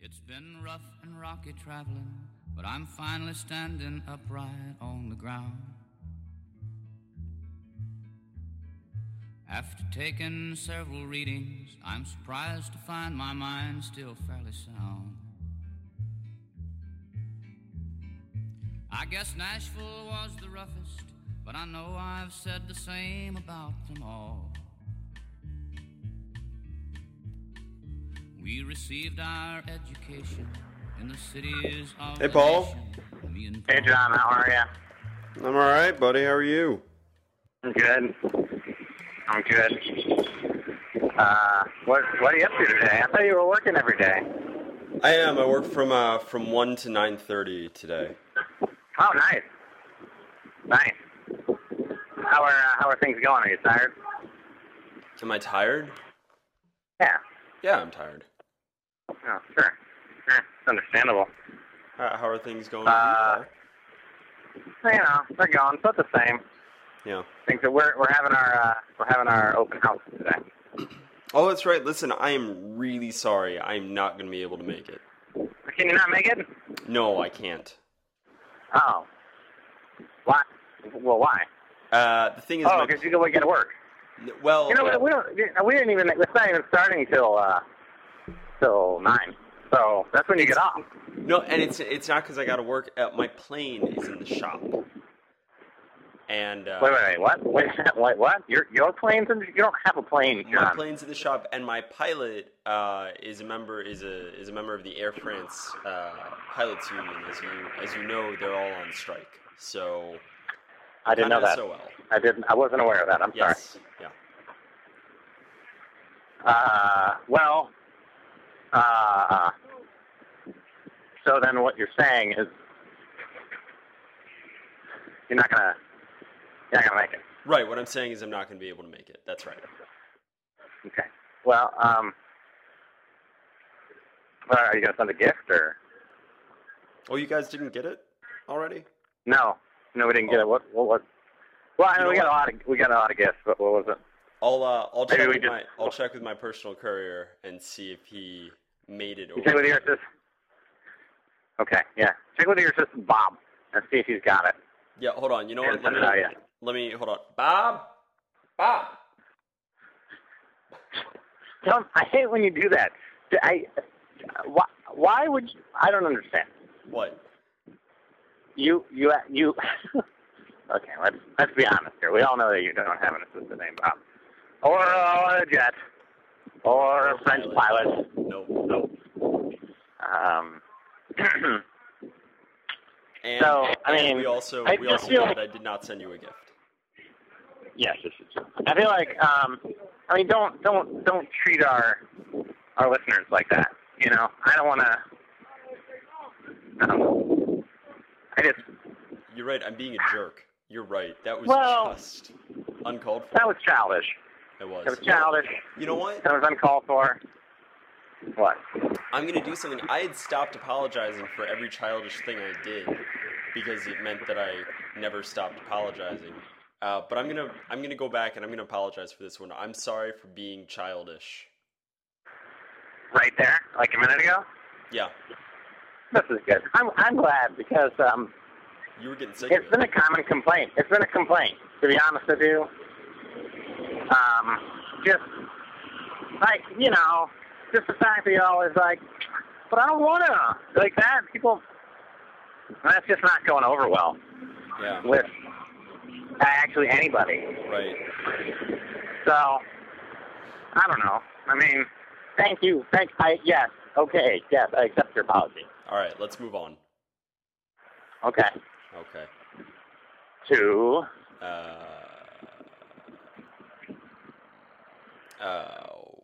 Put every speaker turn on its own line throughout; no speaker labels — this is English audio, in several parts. It's been rough and rocky traveling, but I'm finally standing upright on the ground. After taking several readings, I'm surprised to find my mind still fairly sound. I guess Nashville was the roughest, but I know I've said the same about them all. We received our education in the cities of
Hey, Paul.
the nation. Me and
Hey, John, how are you?
I'm all right, buddy. How are you?
I'm good. I'm good. Uh, what What are you up to today? I thought you were working every day.
I am. I work from uh from one to nine thirty today.
Oh, nice, nice. How are uh, How are things going? Are you tired?
Am I tired?
Yeah.
Yeah, I'm tired.
Oh, sure. Sure. It's understandable.
How, how are things going?
Uh,
with
You know, they're going, but the same.
you, Paul? yeah.
Things that we're we're having our uh, we're having our open house today.
Oh, that's right. Listen, I am really sorry. I'm not going to be able to make it.
Can you not make it?
No, I can't.
Oh. Why? Well, why?
Uh, the thing is,
Oh,
my-
because you go get to work.
well,
You know, we don't. We didn't even. It's not even starting till uh, till nine. So that's when you get off.
no, and it's it's not because I got to work. Uh, my plane is in the shop, and uh,
Wait, wait, wait. What? Wait, wait what? Your your plane's in. You don't have a plane,
my
John.
plane's in the shop, and my pilot uh, is a member is a is a member of the Air France uh, pilots union. As you as you know, they're all on strike. So
I didn't know
kinda
that.
So well,
I didn't. I wasn't aware of that. I'm sorry.
yes, yeah.
Uh, well, uh, so then what you're saying is you're not gonna you're not gonna make it.
Right. What I'm saying is, I'm not going to be able to make it. That's right.
Okay. Well, um, well, are you gonna send a gift or
Oh, you guys didn't get it already?
no? No, we didn't get it. What? What was? Well, I
You
know
know
we got a
what?
lot of we got a lot of gifts, but what was it?
I'll uh, I'll
Maybe
check
we
with
just-
my I'll check with my personal courier and see if he made it
You check with
over.
your assistant. Okay, yeah. Check with your assistant Bob and see if he's got it.
Yeah, hold on. You know
And
what? Let
send
me,
it out, yeah.
let me hold on. Bob, Bob.
Tom, I hate when you do that. D- I, why, why would you, I don't understand.
What?
You, you, you. okay, let's let's be honest here. We all know that you don't have an assistant named Bob, or a jet, or a French pilot.
No.
Nope. Um.
And,
So, I
and
mean,
we also
I
we
just
also
feel
know
like-
that I did not send you a gift.
yes, yes, yes. I feel like um. I mean, don't don't don't treat our our listeners like that. You know, I don't want to. I don't know. I just
You're right. I'm being a jerk. You're right. That was
Well-
just uncalled for.
That was childish.
It was.
That was childish.
You know what?
That was uncalled for. What?
I'm gonna do something. I had stopped apologizing for every childish thing I did because it meant that I never stopped apologizing. Uh, but I'm gonna I'm gonna go back and I'm gonna apologize for this one. I'm sorry for being childish.
Right there, like a minute ago.
Yeah,
This is good. I'm I'm glad because um,
you were getting sick
it's
of
been
it.
a common complaint. It's been a complaint, to be honest with you. Um, just like you know, just the fact that y'all is like, but I don't wanna like that. People, that's just not going over well
Yeah,
with uh, actually anybody.
right.
So, I don't know. I mean, thank you. Thank I yes. Okay. Yes, I accept your apology.
All right, let's move on.
Okay.
Okay.
To
Uh, oh.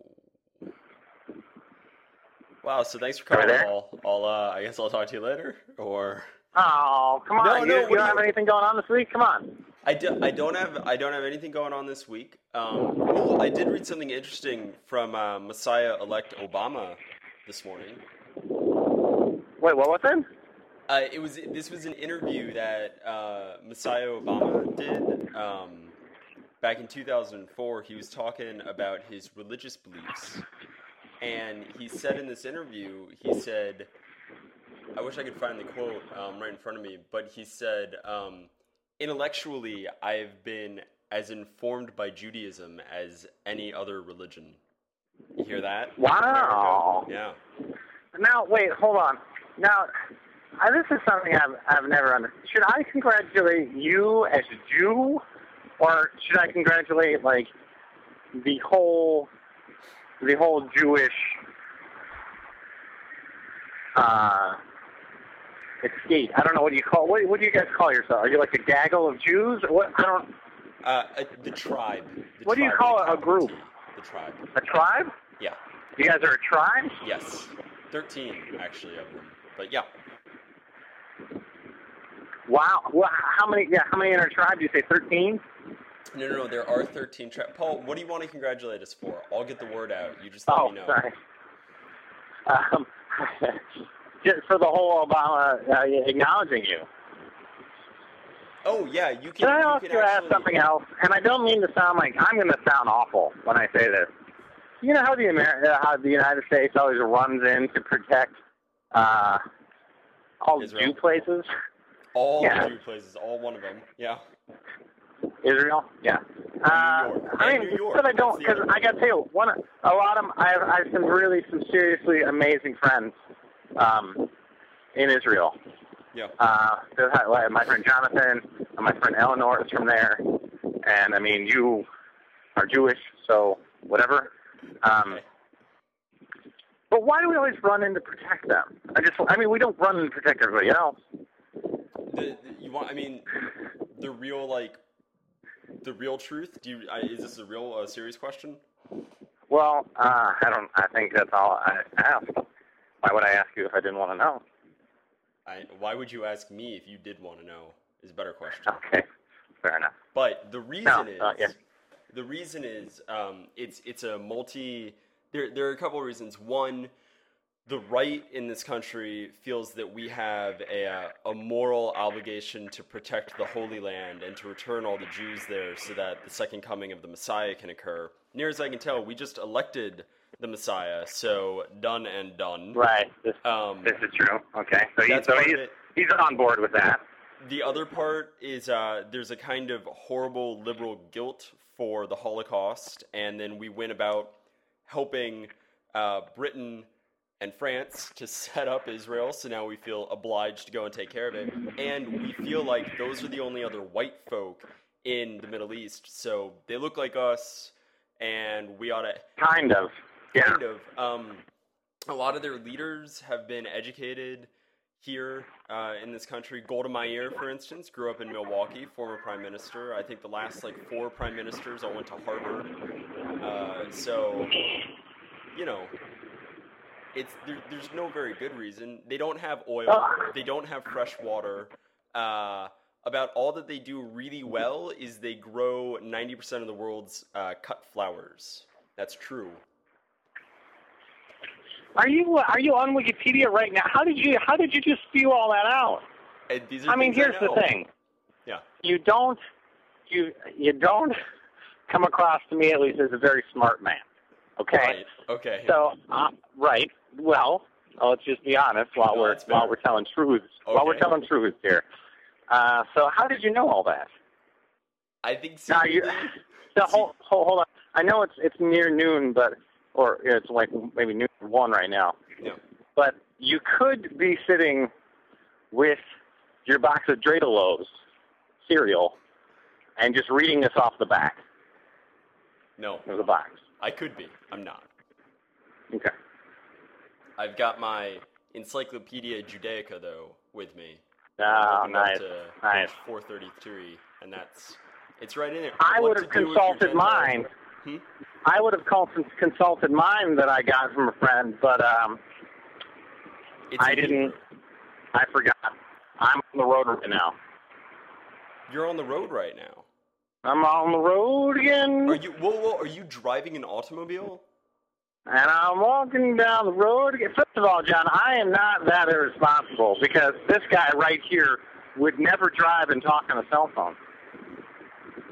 Wow. So thanks for
Are we
coming.
there?
I'll, I'll uh, I guess I'll talk to you later. Or
oh, come on.
No,
you,
no,
you
what
don't
do
have
you-
anything going on this week. Come on.
I, do, I don't have I don't have anything going on this week. Um, oh, I did read something interesting from uh, Messiah elect Obama this morning.
Wait, what was it?
Uh, it was this was an interview that uh, Messiah Obama did um, back in 2004. He was talking about his religious beliefs, And he said in this interview, he said, I wish I could find the quote um, right in front of me, but he said, um, intellectually, I've been as informed by Judaism as any other religion. You hear that?
Wow.
Yeah.
Now, wait, hold on. Now, uh, this is something I've, I've never understood. Should I congratulate you as a Jew, or should I congratulate like the whole the whole Jewish uh, estate? I don't know what do you call what, what do you guys call yourself? Are you like a gaggle of Jews? Or what? I don't.
Uh, uh, the tribe. The
What do you
tribe
call
with
a
capital
group?
T. The tribe.
A tribe?
Yeah.
You guys are a tribe?
Yes. 13, actually, of them. But yeah.
Wow. Well, how many? Yeah, how many in our tribe? Do you say thirteen?
No, no, no. There are 13 tribes. Paul, what do you want to congratulate us for? I'll get the word out. You just let
Oh,
me know.
sorry. Um, just for the whole Obama uh, acknowledging you.
Oh, yeah. You can.
Can I
you
also
can actually...
ask something else? And I don't mean to sound like I'm going to sound awful when I say this. You know how the Ameri- uh, how the United States always runs in to protect uh, all the
Israel.
Jew places,
All
Yeah.
the Jew places, all one of them. Yeah.
Israel. Yeah. Uh,
York.
I
And
mean,
New York.
but I don't
That's the
because
other
I got to tell you, one a lot of I have, I have some really some seriously amazing friends um, in Israel.
Yeah.
uh, there's, uh, my friend Jonathan and my friend Eleanor is from there. And I mean, you are Jewish, so whatever. Um,
Okay.
but why do we always run in to protect them? I just, I mean, we don't run in to protect everybody else.
The, the- you want? I mean, the real like, the real truth. Do you? I, is this a real uh, serious question?
Well, uh, I don't, I think that's all I asked. Why would I ask you if I didn't want to know?
I, why would you ask me if you did want to know? Is a better question.
Okay, fair enough.
But the reason
No,
is
uh, yeah.
the reason is um, it's it's a multi. There there are a couple of reasons. One, the right in this country feels that we have a uh, a moral obligation to protect the Holy Land and to return all the Jews there, so that the second coming of the Messiah can occur. Near as I can tell, we just elected the Messiah, so done and done.
Right, this,
Um,
this is true. Okay, so, he,
That's
so
part of
he's,
it.
he's on board with that.
The other part is uh, there's a kind of horrible liberal guilt for the Holocaust, and then we went about helping uh, Britain and France to set up Israel, so now we feel obliged to go and take care of it. And we feel like those are the only other white folk in the Middle East, so they look like us, and we ought to
Kind of. Yeah.
kind of. Um, a lot of their leaders have been educated here uh, in this country. Golda Meir, for instance, grew up in Milwaukee, former prime minister. I think the last like four prime ministers all went to Harvard. Uh, so, you know, it's there, there's no very good reason. They don't have oil. They don't have fresh water. Uh, about all that they do really well is they grow 90% of the world's uh, cut flowers. That's true.
Are you are you on Wikipedia right now? How did you how did you just spew all that out?
And these are
I mean,
things
here's the
know.
thing.
Yeah.
You don't you you don't come across to me at least as a very smart man. Okay.
Right. Okay.
So uh, right. Well, let's just be honest while
No,
we're
that's fair.
while we're telling truths while we're
Okay.
telling truths here. Uh, so how did you know all that?
I think
Now you,
secretly,
so hold, hold, hold on. I know it's it's near noon, but or it's like maybe noon or one right now.
Yeah.
But you could be sitting with your box of dreidel loaves cereal and just reading this off the back
no,
of the box.
I could be. I'm not.
Okay.
I've got my Encyclopedia Judaica though with me.
Oh,
Opened up
nice.
to
Nice.
page 433, and that's it's right in there.
I
What
would
to
have
do if you're
consulted
Gentile.
mine.
Hmm?
I would have cons- consulted mine that I got from a friend, but um,
It's
I
in
didn't-
Hebrew.
I forgot. I'm on the road right now.
You're on the road right now.
I'm on the road again.
Are you? Whoa, whoa! Are you driving an automobile?
And I'm walking down the road. First of all, John, I am not that irresponsible because this guy right here would never drive and talk on a cell phone.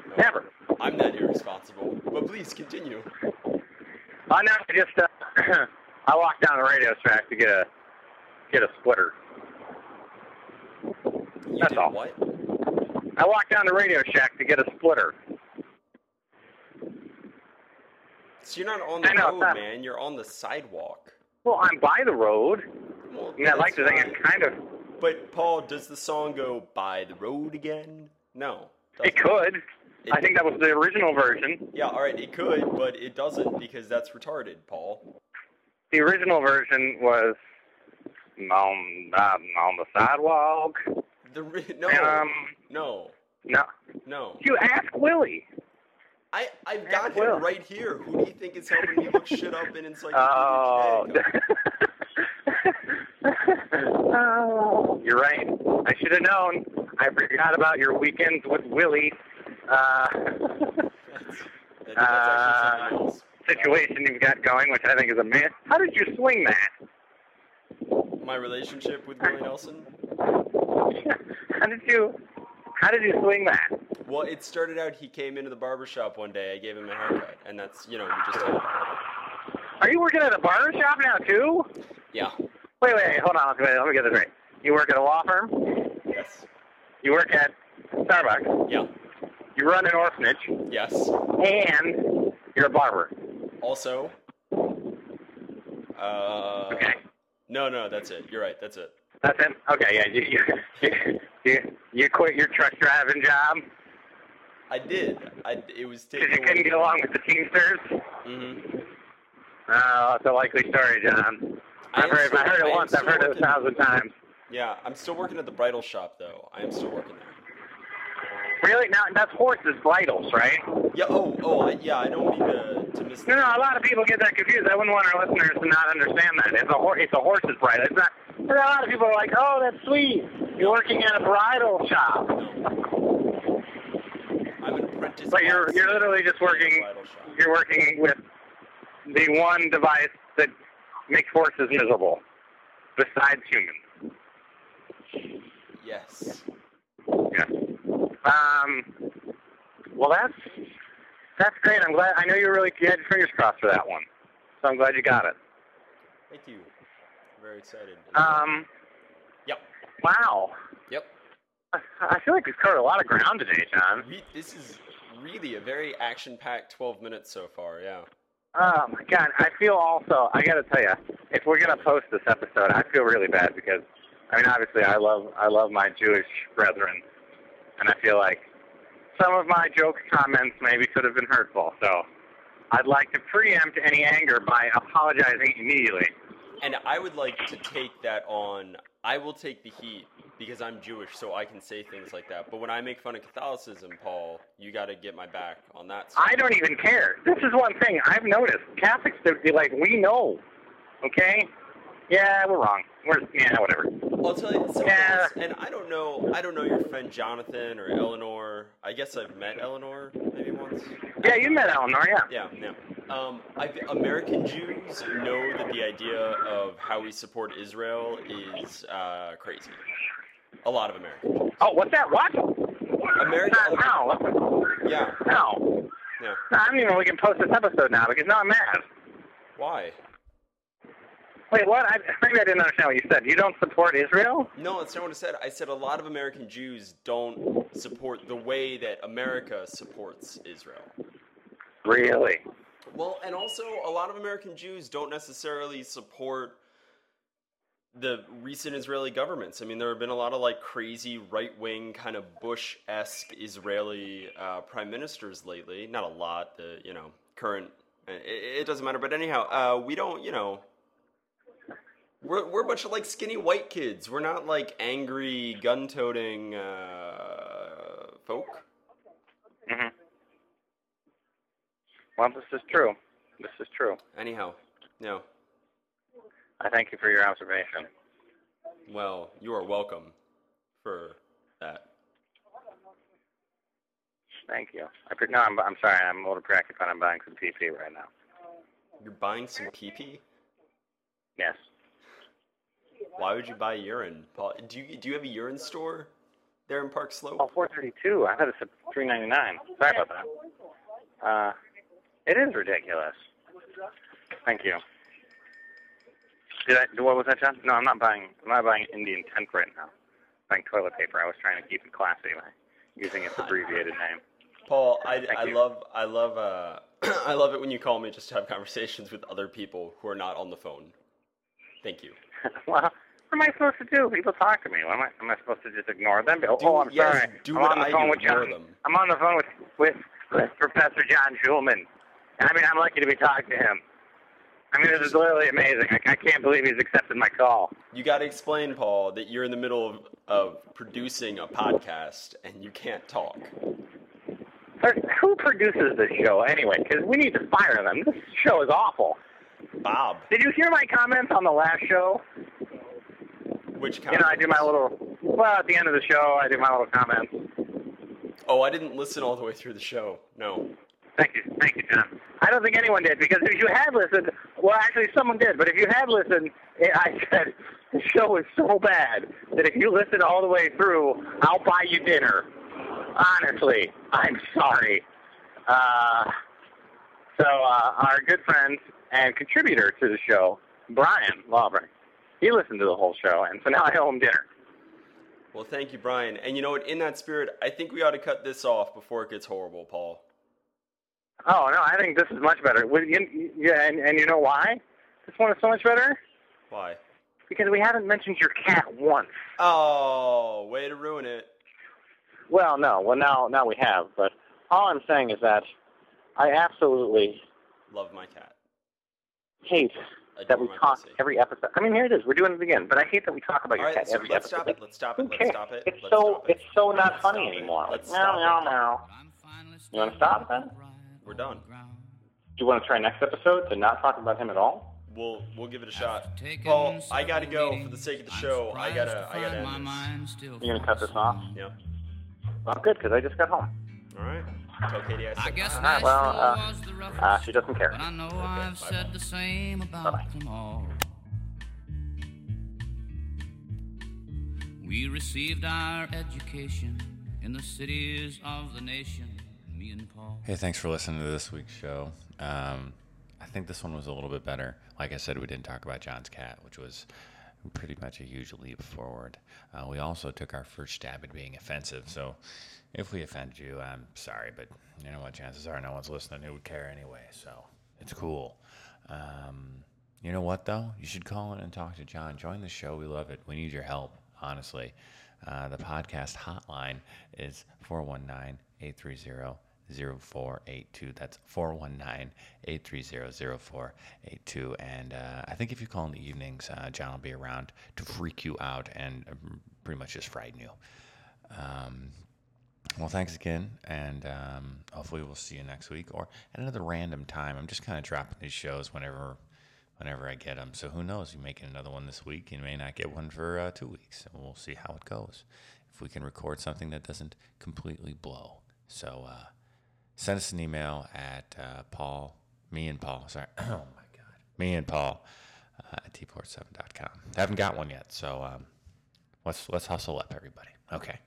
No.
Never.
I'm that irresponsible. But please continue.
I know. I just uh, I walked down to Radio Shack to get a get a splitter.
You
That's
did
all.
What?
I walked down to Radio Shack to get a splitter.
So you're not on the
I know,
road,
it's not-
man. You're on the sidewalk.
Well, I'm by the road.
Well,
I mean, I like to
that's
think I'm
fine.
kind of.
But Paul, does the song go by the road again? No.
It
doesn't.
could.
It-
I think that was the original version.
Yeah, all right, it could, but it doesn't because that's retarded, Paul.
The original version was on uh, on the sidewalk.
The re- no,
Um,
no,
no,
no.
you ask Willie.
I I've got
Ask
him
Will.
right here. Who do you think is helping me look shit up in Encyclopedia
Oh.
Britannica?
Oh. You're right. I should have known. I forgot about your weekends with Willie uh,
That's, that- that's actually
Uh,
something else.
situation you've got going, which I think is a myth. How did you swing that?
My relationship with Willie Nelson.
how did you? How did you swing that?
Well, it started out. He came into the barber shop one day. I gave him a haircut, and that's you know we just talked about it.
Are you working at a barber shop now too?
yeah
Wait, wait, hold on. Wait, let me get this right. You work at a law firm.
yes
You work at Starbucks.
yeah
You run an orphanage,
yes.
and you're a barber.
Also, uh,
Okay.
no no that's it. You're right. That's it.
That's it. Okay, yeah, you you, you you quit your truck driving job
I did. I it was
because
taken.
you couldn't get along with the Teamsters.
Mm-hmm.
Oh, it's a likely story, John.
I
I've
am
heard,
still-
I heard
I
it
am
once. I've
still
heard it a
working-
thousand times.
Yeah, I'm still working at the bridal shop though. I am still working there.
Really? Now that's horses' bridles, right?
Yeah. Oh oh I, yeah. I don't mean to to miss.
No, no. A lot of people get that confused. I wouldn't want our listeners to not understand that. It's a hor- it's a horse's bridle. It's not. A lot of people are like, "Oh, that's sweet. You're working at a bridal shop."
I'm an apprentice.
But you're you're literally just working.
Bridal shop.
You're working with the one device that makes horses miserable, besides humans.
Yes.
Yeah. Um. Well, that's that's great. I'm glad. I know you really you had your fingers crossed for that one, so I'm glad you got it.
Thank you. I'm very excited.
Um.
Yep.
Wow.
Yep.
I- I feel like we've covered a lot of ground today, John.
We, this is really a very action-packed 12 minutes so far. Yeah.
Oh my God! I feel also. I gotta tell you, if we're gonna post this episode, I feel really bad because, I mean, obviously, I love I love my Jewish brethren, and I feel like some of my jokes, comments maybe could have been hurtful. So, I'd like to preempt any anger by apologizing immediately.
And I would like to take that on. I will take the heat because I'm Jewish, so I can say things like that. But when I make fun of Catholicism, Paul, you got to get my back on that. stuff.
I don't even care. This is one thing I've noticed. Catholics, they're they're like, we know, okay? Yeah, we're wrong. We're yeah, whatever.
I'll tell you something
Yeah.
else, and I don't know. I don't know your friend Jonathan or Eleanor. I guess I've met Eleanor maybe once.
Yeah, you met Eleanor, yeah.
Yeah, no. Um, I, th- American Jews know that the idea of how we support Israel is uh, crazy. A lot of Americans.
Oh, what's that? What?
America-
Not now.
Yeah,
No.
yeah.
No, I don't even know we can post this episode now because now I'm mad.
Why?
Wait, what? I, maybe I didn't understand what you said. You don't support Israel?
No, that's not what I said. I said a lot of American Jews don't support the way that America supports Israel.
Really?
Well, and also a lot of American Jews don't necessarily support the recent Israeli governments. I mean, there have been a lot of like crazy right wing kind of Bush esque Israeli uh, prime ministers lately. Not a lot. The you know current. It, it doesn't matter. But anyhow, uh, we don't. You know. We're, we're a bunch of like skinny white kids. We're not like angry gun toting uh, folk.
hmm Well, this is true. This is true.
Anyhow, no.
I thank you for your observation.
Well, you are welcome for that.
Thank you. I, pre- no, I'm, I'm sorry. I'm a little preoccupied. I'm buying some PP right now.
You're buying some pee pee?
Yes.
Why would you buy urine? Paul, do you do you have a urine store there in Park
Oh,
Slope?
432. I thought it said 399. Sorry about that. Uh, it is ridiculous. Thank you. Did I, what was that, John? No, I'm not buying. I'm not buying Indian tent right now. I'm buying toilet paper. I was trying to keep it classy by using its abbreviated name.
Paul, I,
Thank
I
you.
love I love uh, I love it when you call me just to have conversations with other people who are not on the phone. Thank you.
well, what am I supposed to do? People talk to me. What am I? Am I supposed to just ignore them? Oh,
Do-
oh, I'm
yes,
sorry.
do
I'm
what
on the
I
phone
do,
with
ignore
John.
them.
I'm on the phone with with, with Professor John Schulman. I mean, I'm lucky to be talking to him. I mean, this is literally amazing. I, I can't believe he's accepted my call.
You got to explain, Paul, that you're in the middle of, of producing a podcast and you can't talk.
First, who produces this show anyway? Because we need to fire them. This show is awful.
Bob,
Did you hear my comments on the last show?
which kind?
You know, I do my little. Well, at the end of the show, I do my little comments.
Oh, I didn't listen all the way through the show. No.
Thank you, thank you, John. I don't think anyone did because if you had listened, well, actually, someone did. But if you had listened, eh, I said the show is so bad that if you listen all the way through, I'll buy you dinner. Honestly, I'm sorry. Uh, so uh, our good friend and contributor to the show, Brian Lauber, he listened to the whole show, and so now I owe him dinner.
Well, thank you, Brian. And you know what? In that spirit, I think we ought to cut this off before it gets horrible, Paul.
Oh no, I think this is much better. Well, you- Yeah, and, and you know why? This one is so much better.
Why?
Because we haven't mentioned your cat once.
Oh, way to ruin it.
Well, no. Well, now now we have. But all I'm saying is that I absolutely
Love my cat.
hate that
Adore
we
my
talk
pussy.
every episode. I mean, here it is. We're doing it again. But I hate that we talk about
All
Oh, your
right,
cat
let's,
every
let's
episode.
stop it. Let's stop it.
Who
Let's
cares?
stop it.
It's
let's
so
stop it.
it's so not
Let's
funny
stop it.
anymore. Like,
Let's
meow, meow,
stop it.
meow.
I'm finally
You wanna
standing
stop then?
upright
We're
on
done.
the ground.
Do you want to try next episode to not talk about him at all?
We'll we'll give it a shot.
Taken
Paul, I gotta
several
go for the
meetings,
sake of the
I'm
show. I
surprised
gotta
to
I gotta
find my
end this.
mind still
You're gonna cut this off?
Yeah.
Well, good because I just got home.
All right. Tell Katie I
I
said
guess
bye.
right,
Nashville
well, uh,
was the roughest,
Uh, she doesn't care.
but I know I've
bye-bye.
said the same about
Bye-bye.
them all. We received our education in the cities of the nation, me and Paul.
Hey, thanks for listening to this week's show. Um, I think this one was a little bit better. Like I said, we didn't talk about John's cat, which was pretty much a huge leap forward. Uh, we also took our first stab at being offensive. So if we offended you, I'm sorry, but you know what? Chances are no one's listening who would care anyway. So it's cool. Um, you know what, though? You should call in and talk to John. Join the show. We love it. We need your help, honestly. Uh, the podcast hotline is 419 830 0482. That's 419 830 0482. And uh, I think if you call in the evenings, uh, John will be around to freak you out and um, pretty much just frighten you. Um, well, thanks again, and um, hopefully we'll see you next week or at another random time. I'm just kind of dropping these shows whenever, whenever I get them. So who knows? You may get another one this week. You may not get one for uh, two weeks, and we'll see how it goes. If we can record something that doesn't completely blow, so uh, send us an email at uh, Paul, me and Paul. Sorry, oh my god, me and Paul uh, at tport7.com. Haven't got one yet, so um, let's let's hustle up, everybody. Okay.